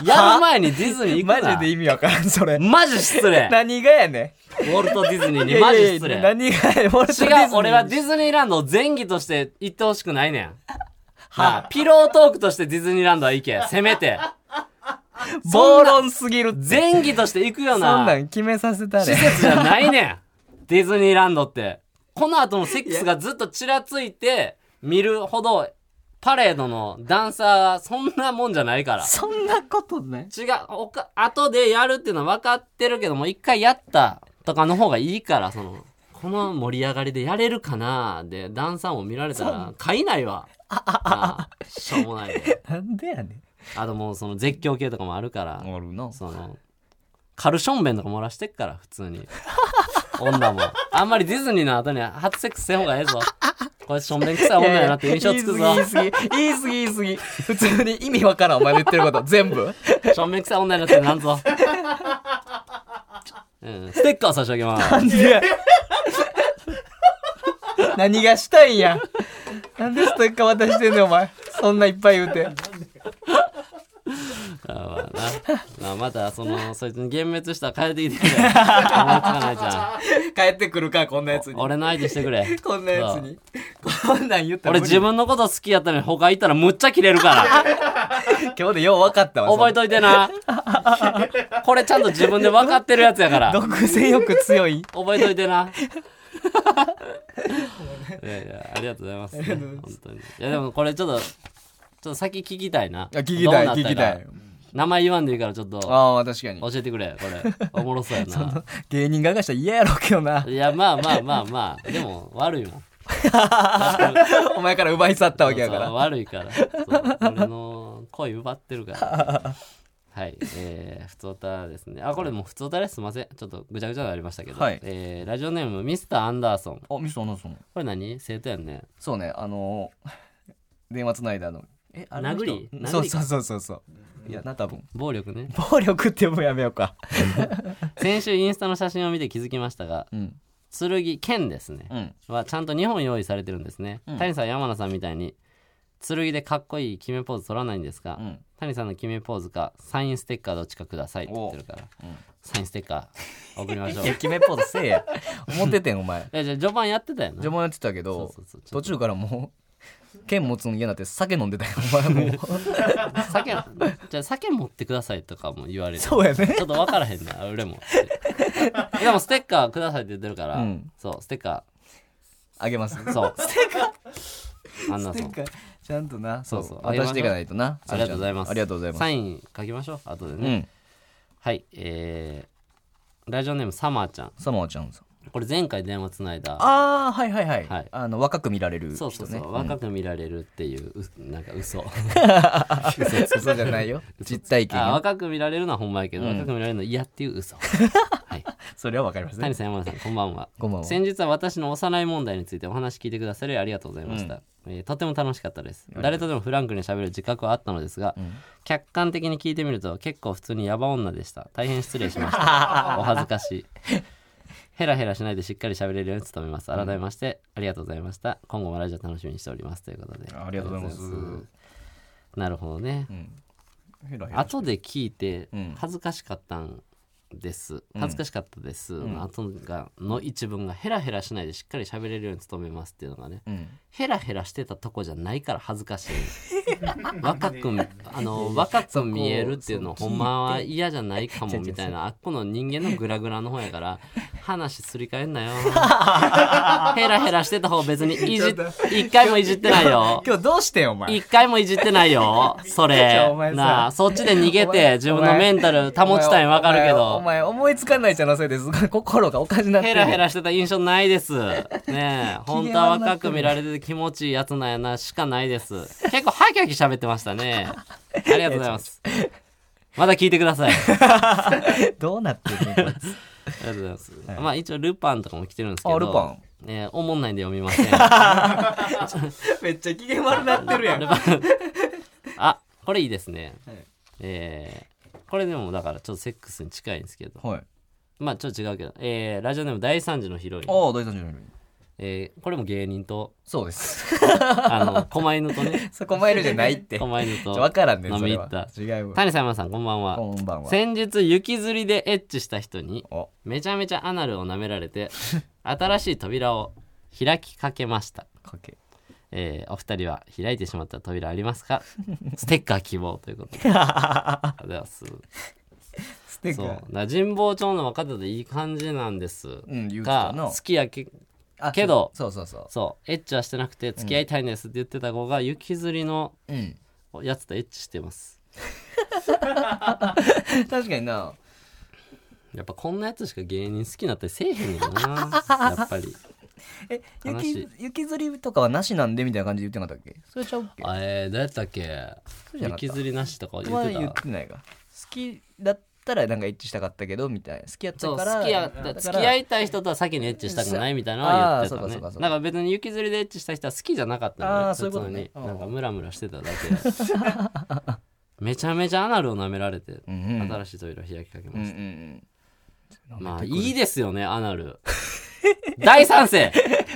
やる前にディズニー行マくなジで意味わからん、それ。マジ失礼何がやねウォルト・ディズニーん。にマジ失礼いやいやいや何がや俺とディズニ違ーう俺はディズニーランドを前儀として行ってほしくない ねんなあピロートークとしてディズニーランドは行けせめて暴論すぎるって。前儀として行くよ そんなん決めさせた施れ。設じゃないね んディズニーランドってこの後もセックスがずっとちらついて見るほどパレードのダンサーはそんなもんじゃないからそんなことね。違うおか後でやるっていうのは分かってるけども一回やったとかの方がいいからそのこの盛り上がりでやれるかなでダンサーも見られたら買いないわああしょうもないでなんでやねあともうその絶叫系とかもあるからん。るな。そのカルションベンとか漏らしてっから普通に女もあんまりディズニーの後に初セックスせん方がええぞこいつションベン臭い女やなって印象つくぞ言い過ぎ、言い過ぎ、言い過ぎ。普通に意味わからん、お前の言ってること。全部。ションベン臭い女やなってなんぞ、うん、ステッカー差し上げますなんでや。何がしたいんや。なんでストッカー渡してんねん、お前。そんないっぱい言うて。あまあな まあまたそのそいつに幻滅したら帰ってきてくれ思いつかないじゃ 帰ってくるか、こんなやつんに。俺の相手してく れ こんなやつそうに。こんなん言ったら俺無理自分のこと好きやったのに他いたらむっちゃキレる から今日でよう分かったわ。覚えといて な。これちゃんと自分で分かってるやつや から。その独占欲強 い。覚えといて な。いやいや、ありがとうございます、ね。本当に。いや、でもこれちょっと、ちょっと先聞きたいな。あ聞きたい、どうなった聞かきたい。。名前言わんでいいからちょっと教ああ、確かに。えてくれ、これ。おもろそうや な。芸人側がしたら嫌やろうけど な。いや、まあまあまあまあ、でも悪いもん。お前から奪い去ったわけ やかそうら。悪いから。そう俺の声奪ってるから。はい、えー、ふつおたですね。あ、これもうふつおたです。すいません。ちょっとぐちゃぐちゃになりましたけど。はいえーラジオネーム、ミスターアンダーソン。あ、ミスターナソン。これ何生徒やんね。そうね、あのー、 電話つないだの。え、あの人殴り殴りそうそうそうそうそう。いや、な、多分。暴力ね。暴力ってもうやめようか。先週インスタの写真を見て気づきましたが、うん。剣、剣ですね。うん。はちゃんと2本用意されてるんですね。谷さん、山名さんみたいに、剣でかっこいい決めポーズ取らないんですか、ん谷さんの決めポーズか、サインステッカーどっちかくださいって言ってるから、サインステッカー送りましょう。 いや、決めポーズせえや。思っててん、お前。えじゃあ序盤やってたよな序盤やってたけどそうそうそうちょ途中からもう、剣持つの嫌になって酒飲んでたよ、お前もう。酒じゃあ酒持ってくださいとかも言われ て そうやねちょっと分からへんな俺もでもステッカーくださいって言ってるから、うんそうステッカあげます。ー そうステッカーあんなてそいううかちゃんとな、そうそそうう。あげましょう渡していかないとな。ありがとうございますありがとうございまサす。イン書きましょう後でうね、ん。はいえー、ラジオネームサマーちゃんサモアちゃんさん。これ前回電話つないだああ、はいはいはい。はいあの、若く見られる人そね。うそうそう、若く見られるっていううなんか嘘うん嘘嘘じゃな いよ。実体験あよ。若く見られるのはほんまやけど、若く見られるの嫌っていう嘘はいそれはわかりますね谷。さん山田さんこんばんはこんばんは先日は私の幼い問題についてお話聞いてくださりありがとうございました、えーとても楽しかったです誰とでもフランクに喋る自覚はあったのですが、客観的に聞いてみると結構普通にヤバ女でした大変失礼しました お恥ずかしいヘラヘラしないでしっかり喋れるように努めます改めまして、ありがとうございました今後もラジオ楽しみにしておりますということでありがとうございますありがとうございますなるほどね、ヘラヘラ後で聞いてん恥ずかしかったんです恥ずかしかったです、の後がの一文がヘラヘラしないでしっかり喋れるように努めますっていうのがね、うん。 ヘラヘラしてたとこじゃないから恥ずかしい若くあの若く見えるっていうのほんまは嫌じゃないかもみたいなあっこの人間のグラグラの方やから話すり替えんなよ ヘラヘラしてた方別にいじ一回もいじってないよ今日どうしてんお前一回もいじってない よそちょれお前さなあそっちで逃げお前て自分のメンタル保ちたいんわかるけおど前お前思いつかないじゃんのせいですごい心がおかしなってヘるラヘラしてた印象ないです。ね え、本当は若く見られてて気持ちいいやつなんやなしかないです。結構ハキハキ喋ってましたね。ありがとうございます。また聞いてくだ さい。あどうなってん のこりいつがとうございます。まあ一応ルパンとかも来てるんですけど。あルパン。えー、おもんないんで読みま せん。めっちゃ機嫌悪なってるやんルパン。あ、これいいですね。いえーこれでもだからちょっとセックスに近いんですけど。はいまあちょっと違うけど。えーラジオネーム第三次のヒロイン。ああ大惨事のえーこれも芸人と、そうです あ の、狛犬とね。そこマイルじゃな いって狛犬と分からんねん飲そみれ行っはた違うわ谷さん山さんこんばんはこんばんは先日雪吊りでエッチした人におめちゃめちゃアナルを舐められ て新しい扉を開きかけました、かけえーお二人は開いてしまった扉あります かステッカー希望ということでありがとうございますステッカそうだーから神保町の若手でいい感じなんです、うん言うてがた好なきやけあけどそうそうそうそそうエッチはしてなくて付き合いたいんですって言ってた子が雪吊りのううんやつとエッチしてます 確かになやっぱこんなやつしか芸人好きになったりせえへんねんな やっぱりえ悲しい雪雪吊りとかはなしなんでみたいな感じで言ってなかったっけそれちゃうっけあえー、どうやったっけうじゃなかった雪吊りなしとか言はってた、言ってないが好きだったらなんか一致したかったけどみたいな好きやったそうか好らきやだから付き合いたい人とは先にエッチしたくないみたいなのは言ってたあーねそうかそうかそうかだから別に雪吊りでエッチした人は好きじゃなかったあのーそういうことね普通になんかムラムラしてただけで めちゃめちゃアナルを舐められて、んうん新しい扉を開きかけまうんうしんうんた、まあいいですよねアナル 大賛成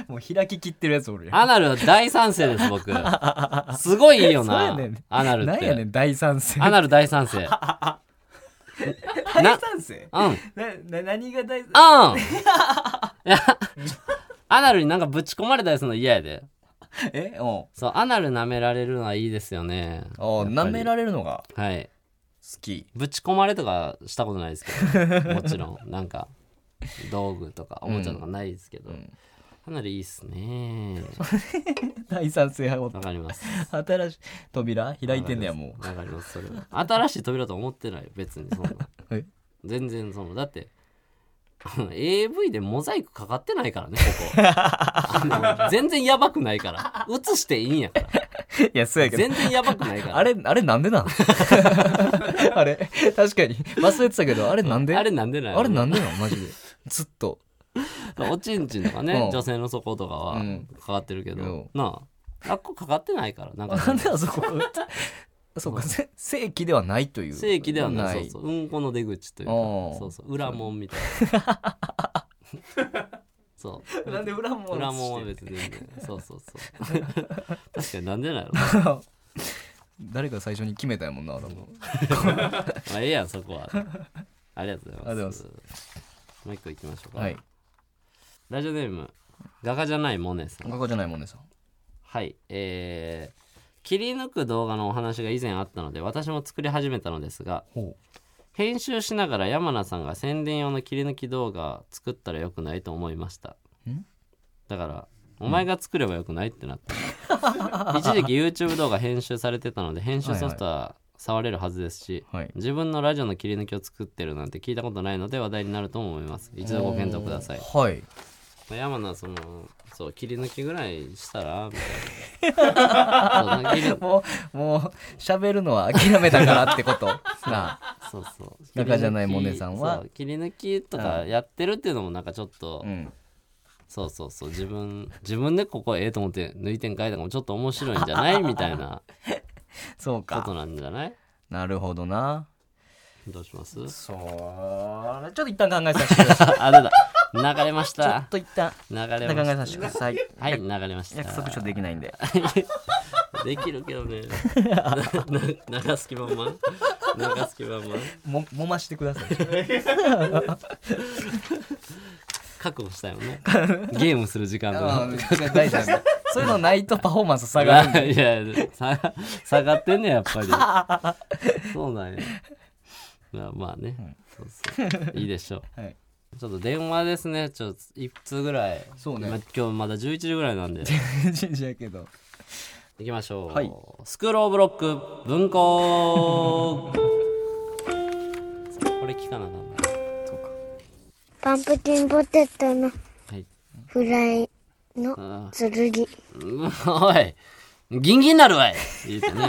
もう開ききってるやつおるやんアナルは大賛成です 僕すごいいいよそうな、やねんアナルっなんやねてん大賛成アナル大 賛成な大賛成うんなな何が大賛あんいや、アナルになんかぶち込まれたりするの嫌やで。えおそう、アナル舐められるのはいいですよね。お舐められるのがはい。好きぶち込まれとかしたことないですけ ど、もちろん。なんか、道具とかおもちゃとかないですけど。アナルいいっすね。大賛成派わかります。を新しい扉開いてんねやもわかります、それは。新しい扉と思ってない、別にそんな。うえ全然その、だって、AV でモザイクかかってないからね、ここ。あの全然やばくないから。映していいんやから。いやそうやけど全然やばくないから。 あれあれなんで なんあれ確かに忘れてたけどあれなんであれなんでないあれなんでなんマジでずっとおちんちんとかうねん、女性の底とかはうんかかってるけど、うんなあ、あっこかかってないから、なんなかん、であそ こそうかせ正規ではないという正規ではない、そうそう、うんこの出口というかお、ーそうそう、裏門みたい な。そう。なんで裏も裏門は別にいいんだよ、そうそうそう。 確かになんでないの、ま 誰が最初に決めたやもんな多分あ、ええやん、そこは。ありがとうございありがとうまごすざ。もう一個いきましょうか。はいラジオネーム、画家じゃないモネさん。ここじゃないもんねさんはい、えー切り抜く動画のお話が以前あったので私も作り始めたのですがほ編集しながら山名さんが宣伝用の切り抜き動画作ったらよくないと思いましただからお前が作ればよくないってな った、一時期 YouTube 動画編集されてたので編集ソフトは触れるはずですし、はい自分のラジオの切り抜きを作ってるなんて聞いたことないので話題になると思います一度ご検討くださいはいまあ山名そのそう切り抜きぐらいしたらみたいなそうなんか切りもうもう喋るのは諦めたからってことなあそうそう画家じゃないもんねさんはそう切り抜きとかやってるっていうのもなんかちょっと、うんそうそうそう自分自分でここええと思って抜いてんかいとかもちょっと面白いんじゃないみたいなそうことかなんじゃないなるほどなどうします そうちょっと一旦考えさせてくださいあだだ流れましちょったと一旦流れ考まえしさせてくださいたはい流れました 約束ちょっとできないんでできるけ どねなな流す気満々流す気満々ももましてください 覚悟したよねゲームする時間と あか ー大事なんでそういうのないとパフォーマンス下がるんだよいやいや下が下がってんねやっ ぱりそうなんやまあまあね、そうそういいでしょはい、うちょっと電話ですねちょっと1通ぐらいそうねま今日まだ11時ぐらいなんで神社やけど行きましょう、はいスクローブロック文庫これ聞かなあかんなパンプキンポテトのはいフライの剣。おいギンギンなるわい言うて ね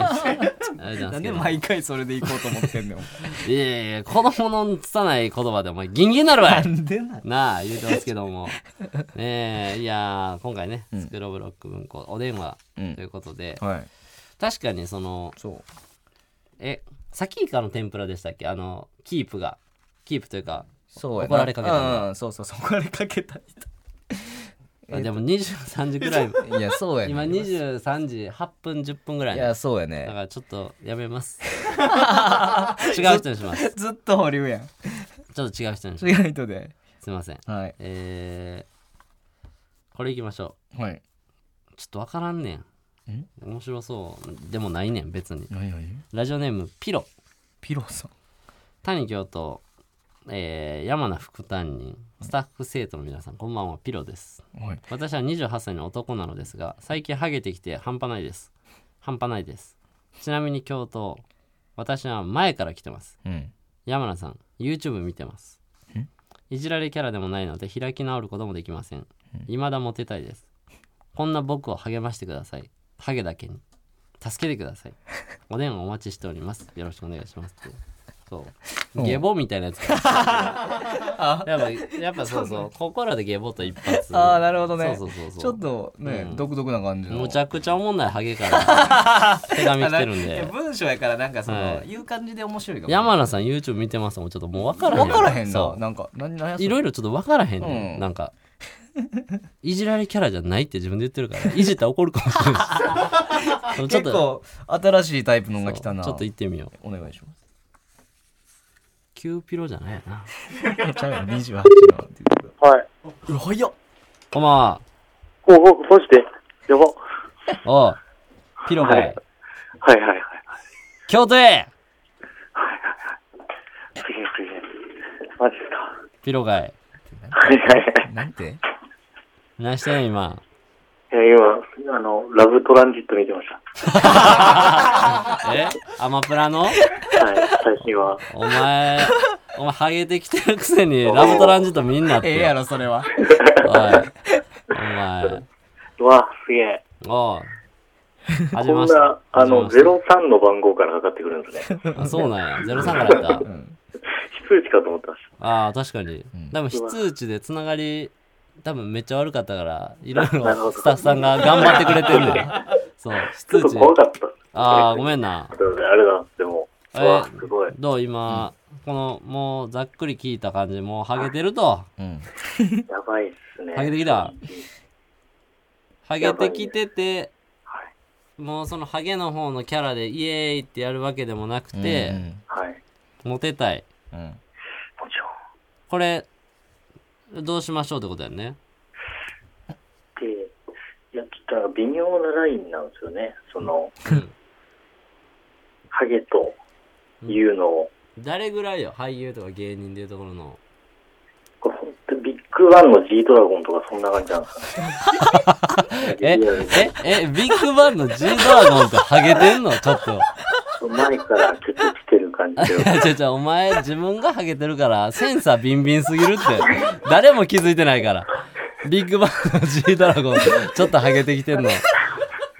あれなんでなすんけでど毎回それで行こうと思ってんのよいやいやいや子供の拙い言葉でお前ギンギンなるわいでななあ言うてますけど もねえいやー今回ねスクローブロック文庫お電話とうんいうことで、はい確かにそのそうえサキイカの天ぷらでしたっけあのキープがキープというかそうやな怒られかけたんだうんうんそうそうそう怒られかけたあでも23時ぐ らいいやそうやね今23時8分10分ぐらいいだやそうやかねらちょっとやめます 違う人にしますずっと保留やんちょっと違う人にします違う人ですいませんはいえー、これいきましょはい。うちょっとわからんねん面白そうでもないねん別に何何ラジオネームピロピロさん。谷京都、えー、山名副担任スタッフ生徒の皆さんこんばんはピロですはい。私は28歳の男なのですが最近ハゲてきて半端ないです半端ないですちなみに京都私は前から来てますうん。山名さん YouTube 見てますいじられキャラでもないので開き直ることもできません未だモテたいですこんな僕を励ましてくださいハゲだけに助けてくださいお電話お待ちしておりますよろしくお願いしますってそうゲボみたいなやつ やっぱやっぱそうそうここらでゲボと一発ああ、なるほどね。そうそうそうそうちょっとね、うん独特な感じの。むちゃくちゃおもんないハゲから 手紙来てるんいやで文章やから、なんかその、はい言う感じで面白いかも。山名さん YouTube 見てますもんちょっともう分からへんわからへんそな。うなんか、何、何やそれいろいろちょっと分からへんねん、うんなんかいじられキャラじゃないって自分で言ってるからいじったら怒るかもしれ ないしそうちょっ結と構、新しいタイプのが来そたうな。ちょっと行ってみようお願いします。キューピロじゃないよなちゃうやん、28の。はい。うわ、早っこんばんはおお、閉じて。やば。おうピロかい、はいはいはいはい。京都へすげえすげえ。マジっすか。ピロかいはいはいはい。なんて何してんの今えー、今、あの、ラブトランジット見てました。えアマプラのはい、最新話。お前お前ハゲてきてるくせにラブトランジットみんなってええやろ、それは。おいお前うわ、すげえ。おう始めこまんしたな、あの、始め03の番号からかかってくるんですね。ましたあそうなんや03からやった非通知かと思ってましああ確かに、多分非通知でつながり多分めっちゃ悪かった からいろいなるほろどスタッフさんが頑張ってくれてるん だそう非た。ちょ通っ知と怖かった。ああごん。めんなあれなんです、でも。えうーわ、すごい。どう今、このもうざっくり聞いた感じもうハゲてるとうん。やばいっすね。ハゲてきたハゲやばていねきててはもうそのハゲの方のキャラでイエーイってやるわけでもなくて、はい。モテたいうん、うん。もちろん。これどうしましょうってことやねで、いや、ちょっと微妙なラインなんですよね。その、ハゲというのを、誰ぐらいよ俳優とか芸人でいうところの。これ本当ビッグワンの G ドラゴンとかそんな感じなんですかね えリアルに、え、え、ビッグバンの G ドラゴンってハゲてんの ちょっと。前からちょっと来てる感じで。いや、ちょちょ、お前自分がハゲてるから、センサービンビンすぎるって。誰も気づいてないから。ビッグバンの G ドラゴンってちょっとハゲてきてんの。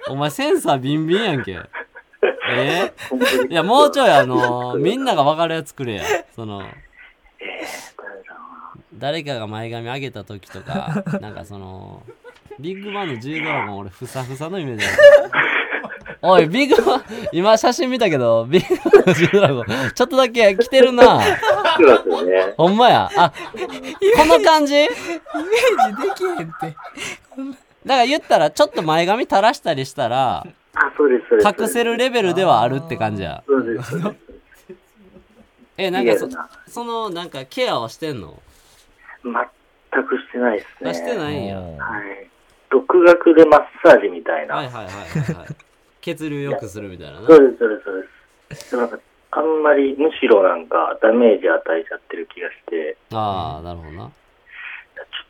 お前センサービンビンやんけ。え本当にいや、もうちょいあのみんなが分かるやつくれや。その、誰かが前髪上げた時と か、なんかその、ビッグバンの G ドラゴン俺ふさふさのイメージある。おい、ビッグバン、今写真見たけど、ビッグバンの G ドラゴン、ちょっとだけ着てるな。そうなんですよね。ほんまや。あ、この感じできへんって。だから言ったら、ちょっと前髪垂らしたりしたら、あ、そうです、そうです。隠せるレベルではあるって感じや。そうです。そ うですえ、なんリアかそル、な。その、なんかケアをしてんの全くしてないですね。あしてないんや。はい。独学でマッサージみたいな。はいはいはいはいはい。血流良くするみたいなな。そうです、そうです、そうです。でもなんか、あんまり、むしろなんか、ダメージ与えちゃってる気がして、ああ、なるほどな。ちょっ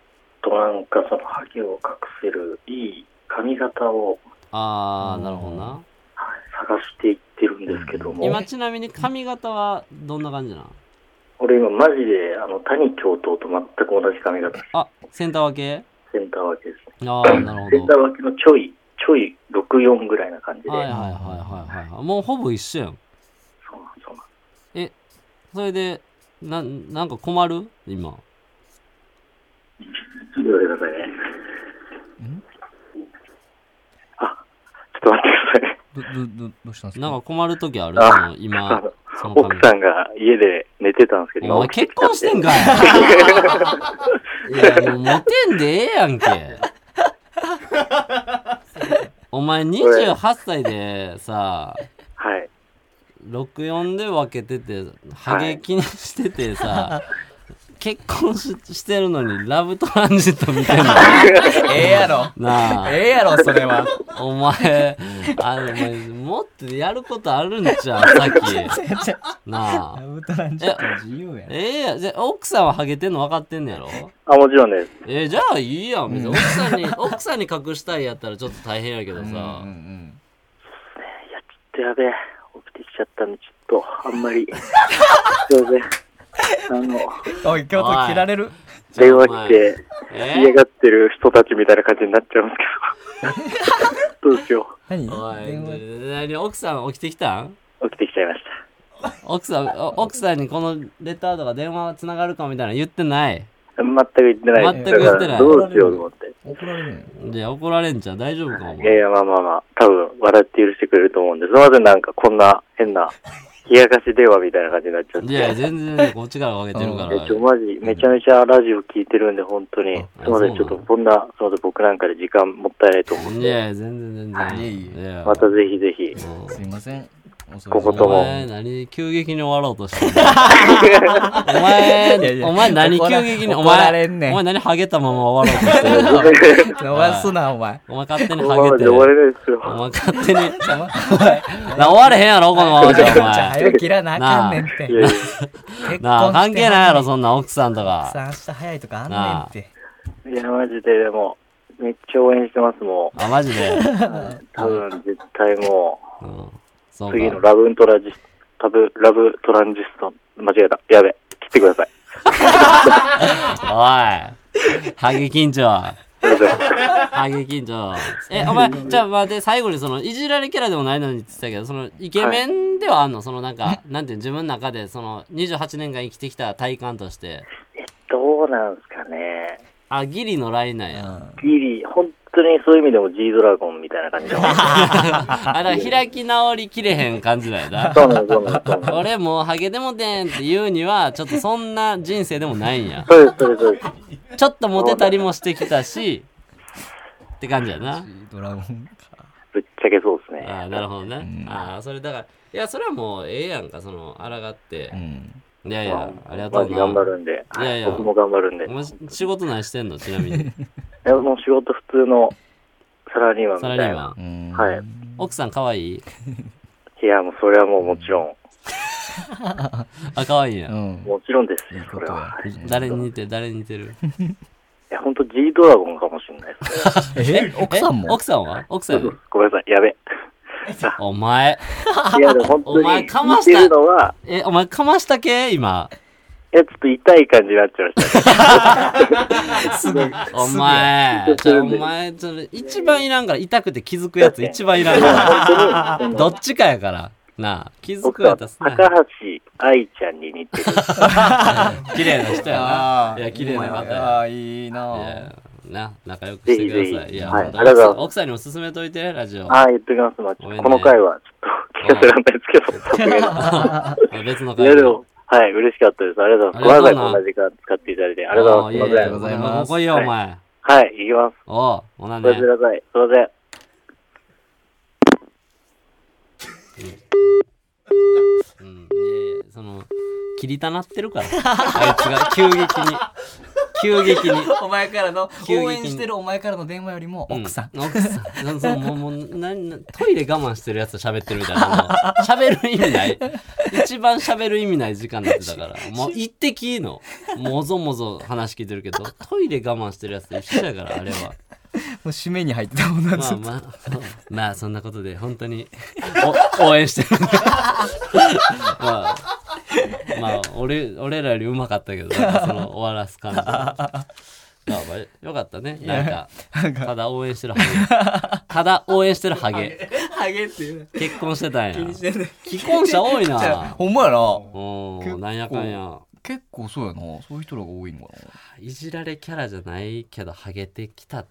となんか、その、ハゲを隠せるいい髪型をああ、なるほどな。はい探していってるんですけども、今ちなみに髪型はどんな感じなの俺今マジで、あの、谷教頭と全く同じ髪型、あ、センター分けセンター分けですね。ああ、なるセンほタど。ー分けのちょい、ちょい64ぐらいな感じで、はいはいはいはいはい。もうほぼ一緒やん。そうなんそうなんえ、それで、な、なんか困る今。ちょっと待ってくださいね。あ、ちょっと待ってくださいね。ど、ど、ど、どうしたんですかなんか困る時あるあその今、その奥髪。さんが家で寝てたんですけど、お前起き結婚してんかいいや、でもモテんでええやん け。お前28歳でさ、 はい。 64で分けてて、ハゲ気にしててさ、結婚ししてるのにラブトランジット見てんの ええ やろ。なあ。ええやろ、それは。お前、あの、お前もっとやることあるんちゃうさっ き。なあ。ブトランジット自由や。ええやん、じゃあ奥さんはハゲてんの分かってんねやろあ、もちろんです。えーじゃあいいやん別に奥さんに 奥さんに隠したいやったらちょっと大変やけどうん、さ、うん。いや、ちょっとやべえ。起きてきちゃったんで、ちょっと、あんまり。すいません。あの、おい、京都おい切られる。電話来て、え嫌がってる人たちみたいな感じになっちゃうんですけど。 どうしよ何おいで何奥さん起きてきたんう。起きてきちゃいました。奥さんお奥さんにこのレターとか電話つながるかみたいなの言ってない全く言ってないです全く言ってないだからどうしようと思って。怒られるで怒られんじゃん大丈夫かおいやい前や、まあまあまあ、多分、笑って許してくれると思うんで、すみません、なんかこんな変な、冷やかし電話みたいな感じになっちゃって。いや全然こっちから分けてるかえらちょ、マジ、めちゃめちゃラジオ聞いてるんで、本当に。すみません、ちそょうなのっとこんな、すみません、僕なんかで時間もったいないと思うんいで、や全然全然いえいえいやまたぜひぜひ。もうすいません。恐ここおとも前何急激に終わろうとしてんのお前いやいやお前何急激にお怒られ前おんねん前何ハゲたまま終わろうとしてる 伸ばすな、お前。お前勝手にこのハまゲまてで終われないですよ。お前勝手に。な終われへんやろ、このままじゃ、お前。早切らなあかんねんって。いやいや結なあ、関係ないやろ、その。んな奥さんとさか。あ、明日早いとかあんねんって。いや、マジで、でも、めっちゃ応援してます、もあ、マジで。う。多分、絶対も、うん。そうう次のか。ラブトラジスタブ、ラブトランジスト、間違えた。やべ、切ってください。おい。ハゲ緊張。すいません。ハゲ緊張。え、お前、じゃあ待って、最後にその、いじられキャラでもないのにって言ってたけど、その、イケメンではあんのその、なんか、なんていうの自分の中で、その、28年間生きてきた体感として。どうなんすかね。あ、ギリのラインなん うや。んギリ、本当にそういう意味でも G ドラゴンみたいな感じで。 あ、だから開き直りきれへん感じなんやな。そうなんです、そうなんです、そうなんです。俺もうハゲでもてんって言うにはちょっとそんな人生でもないんや そうです、そうです、そうです。ちょっとモテたりもしてきたしって感じやなドラゴンか。ぶっちゃけそうですね。ああなるほどねああそれだからいやそれはもうええやんかその抗ってうん。いやいやありがとマうジ頑張なるんで。いやいや僕も頑張るんで。いお前仕事何してんのちなみにや、もう仕事普通のサラリーマンみサたラいリーな。マうンんはい。奥さん可愛いいや、もうそれはもうもちろん、あ可愛いやうんん。もちろんですいいよ、こそとれは。や。誰に似てる誰に似てるいや、ほんと G ドラゴンかもしれないですね。え、奥さんえも奥さんは奥さんやろごめんなさい、 やべ。お前いや、でも本当おに、前かま聞いしたてるのは、えお前かましたけ今いや、ちょっと痛い感じになっちゃいま したね。お前、ちょお前、ちょ一番いらんから、痛くて気づくやつ一番いらんから。 どっちかやから。なあ、気づく僕やは、つ高橋愛ちゃんに 似てる。綺麗な人やなあ。いや、綺麗な方や。ああ、いいいなや、な、仲良くしてくださぜひぜい。ひいや、はい本当ありがとうございます奥さんにも勧めといて、ラジオ。ああ、言っときます。まあ、ちょっとこの回は、ちょっと 聞かせられないですけど、さすがに。別のい会やでも、はい、嬉しかったです。ありがとうございます。ごめんなさい、こんな時間使っていただいて。ありがとうございます。すいまいせん。えいえここいいよ、お前。はい、行きます。おう、おなんごめんで。なさい。すいません。 うん、いやいやその、切りたなってるから。あいつが急激に。急激に。お前からの急激に応援してるお前からの電話よりも奥さん、う奥さんなんそうもうもうななトイレ我慢してるやつと喋ってるみた いなあの喋る意味ない一番喋る意味ない時間になってた からもう一滴のもぞもぞ話聞いてるけどトイレ我慢してるやつと一緒やからあれはもう締めに入ってたもんまなあずっとまあそうまあそんなことで本当にお応援してる まあまあ俺俺らよりうまかったけどなんかその終わらす感じ がまあまあよかったねなんかなんかただ応援してるハ ゲ。ただ応援してるハゲ。ハゲっていう結婚してたんや。既ね婚者 多いじゃあな。ほんまやなうん、なんやかんや。結構そうやなそういう人らが多いんかいじられキャラじゃないけど、ハゲてきた。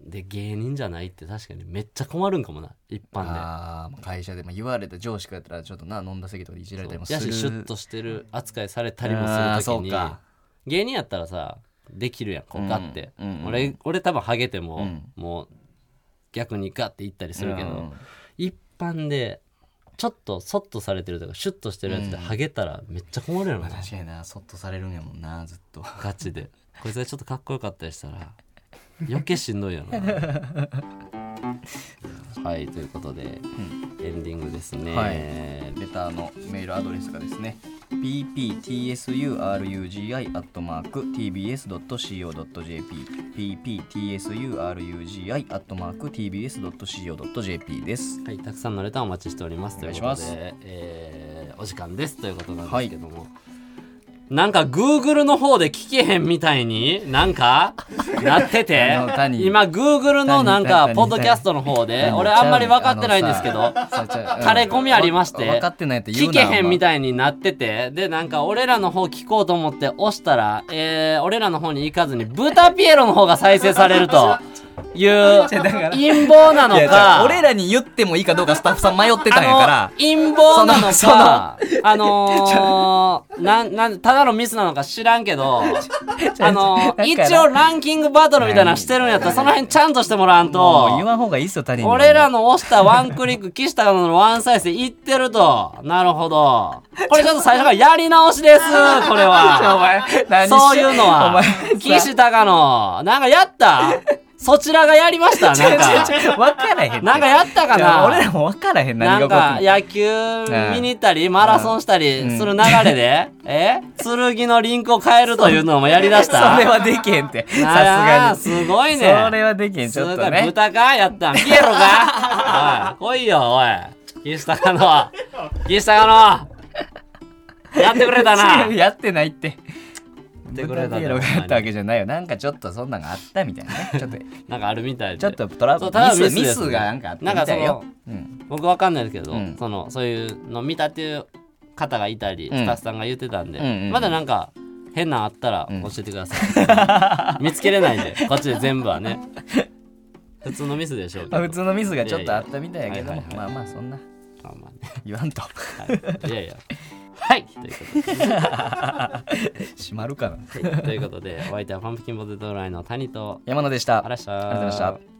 で、芸人じゃないって確かにめっちゃ困るんかもな、一な般で。あーまあ会社でも言われた上司からやったらちょっとな飲んだ席とかでいじられたりもすやし、るシュッとしてる扱いされたりもするあーとそきうにか、芸人やったらさ、できるやん、こうガッて。うんうんうん俺、俺多分ハゲても、うんもう逆にガッていったりするけど、うん一般でちょっとそっとされてるとかシュッとしてるやつでハゲたらめっちゃ困るやろな、確かになそっとされるんやもんなずっとガチでこいつがちょっとかっこよかったりしたら余計しんどいや ろなはいということで、エンディングですね、はいレターのメールアドレスがですね pptsurugi.tbs.co.jp pptsurugi.tbs.co.jp ですはい、たくさんのレターお待ちしております。おとい願うこいしとま、ですえーお時間ですということなんですけども。なんか Google の方で聞けへんみたいになんかなってて あの谷今 Google のなんか谷谷ポッドキャストの方で谷俺あんまり分かってないんですけあどのささちゃうん 垂れ込みありましてわ分かってないって言聞うけなへんみいたいになっててでなんか俺らの方聞こうと思って押したら、えー、俺らの方に行かずにブタピエロの方が再生されると いうから陰謀なのいやじゃかあ俺らに言ってもいいかどうかスタッフさん迷ってたんやあか の陰謀なのそのかあの ー、なんなんただのミスなのか知らんけどあのー、だから一応ランキングバトルみたいなのしてるんやったらその辺ちゃんとしてもらわんらもう言とわん方がいいっすよ他人俺らの押したワンクリック岸田のワン再生いってるとなるほどこれちょっと最初からやり直し ですこれおは前何しそういうのおは前岸田のなんかやったそちらがやりましたなんか分からへんってなんかやったかいやな俺らも分からへんな何がん起こっかても野球見に行ったりマラソンしたりする流れ で、え剣のリンクを変えるというのもやりだしそたれはできへんってさすな あがにすごいねそれはできへんちょっとすごいね豚かや ったんピエロかおい来いよおい岸高野岸高野やってくれた なやってないっててブくれたタんピだエロがやったわけじゃないよなんかちょっとそんなんがあったみたいな ねちょっとなんかあるみたいでちょっとトラそブうルただミスミスミですスがなんかあったみたいようん僕わかんないですけど、うんそのそういうの見たっていう方がいたり、うんスタッフさんが言ってたんで、うんうんうんまだなんか変なんあったらうん教えてくださ い、見つけれないんでこっちで全部はね普通のミスでしょうけまどあ普通のミスがちょっとあったみたいやけどいやもいやはいはまあまあそんなまあまあね言わんと はい、いやいやはいということで閉まるかなということで、お相手はパンプキンポテトフライの谷と、山野でしたあらっしゃありがとうございました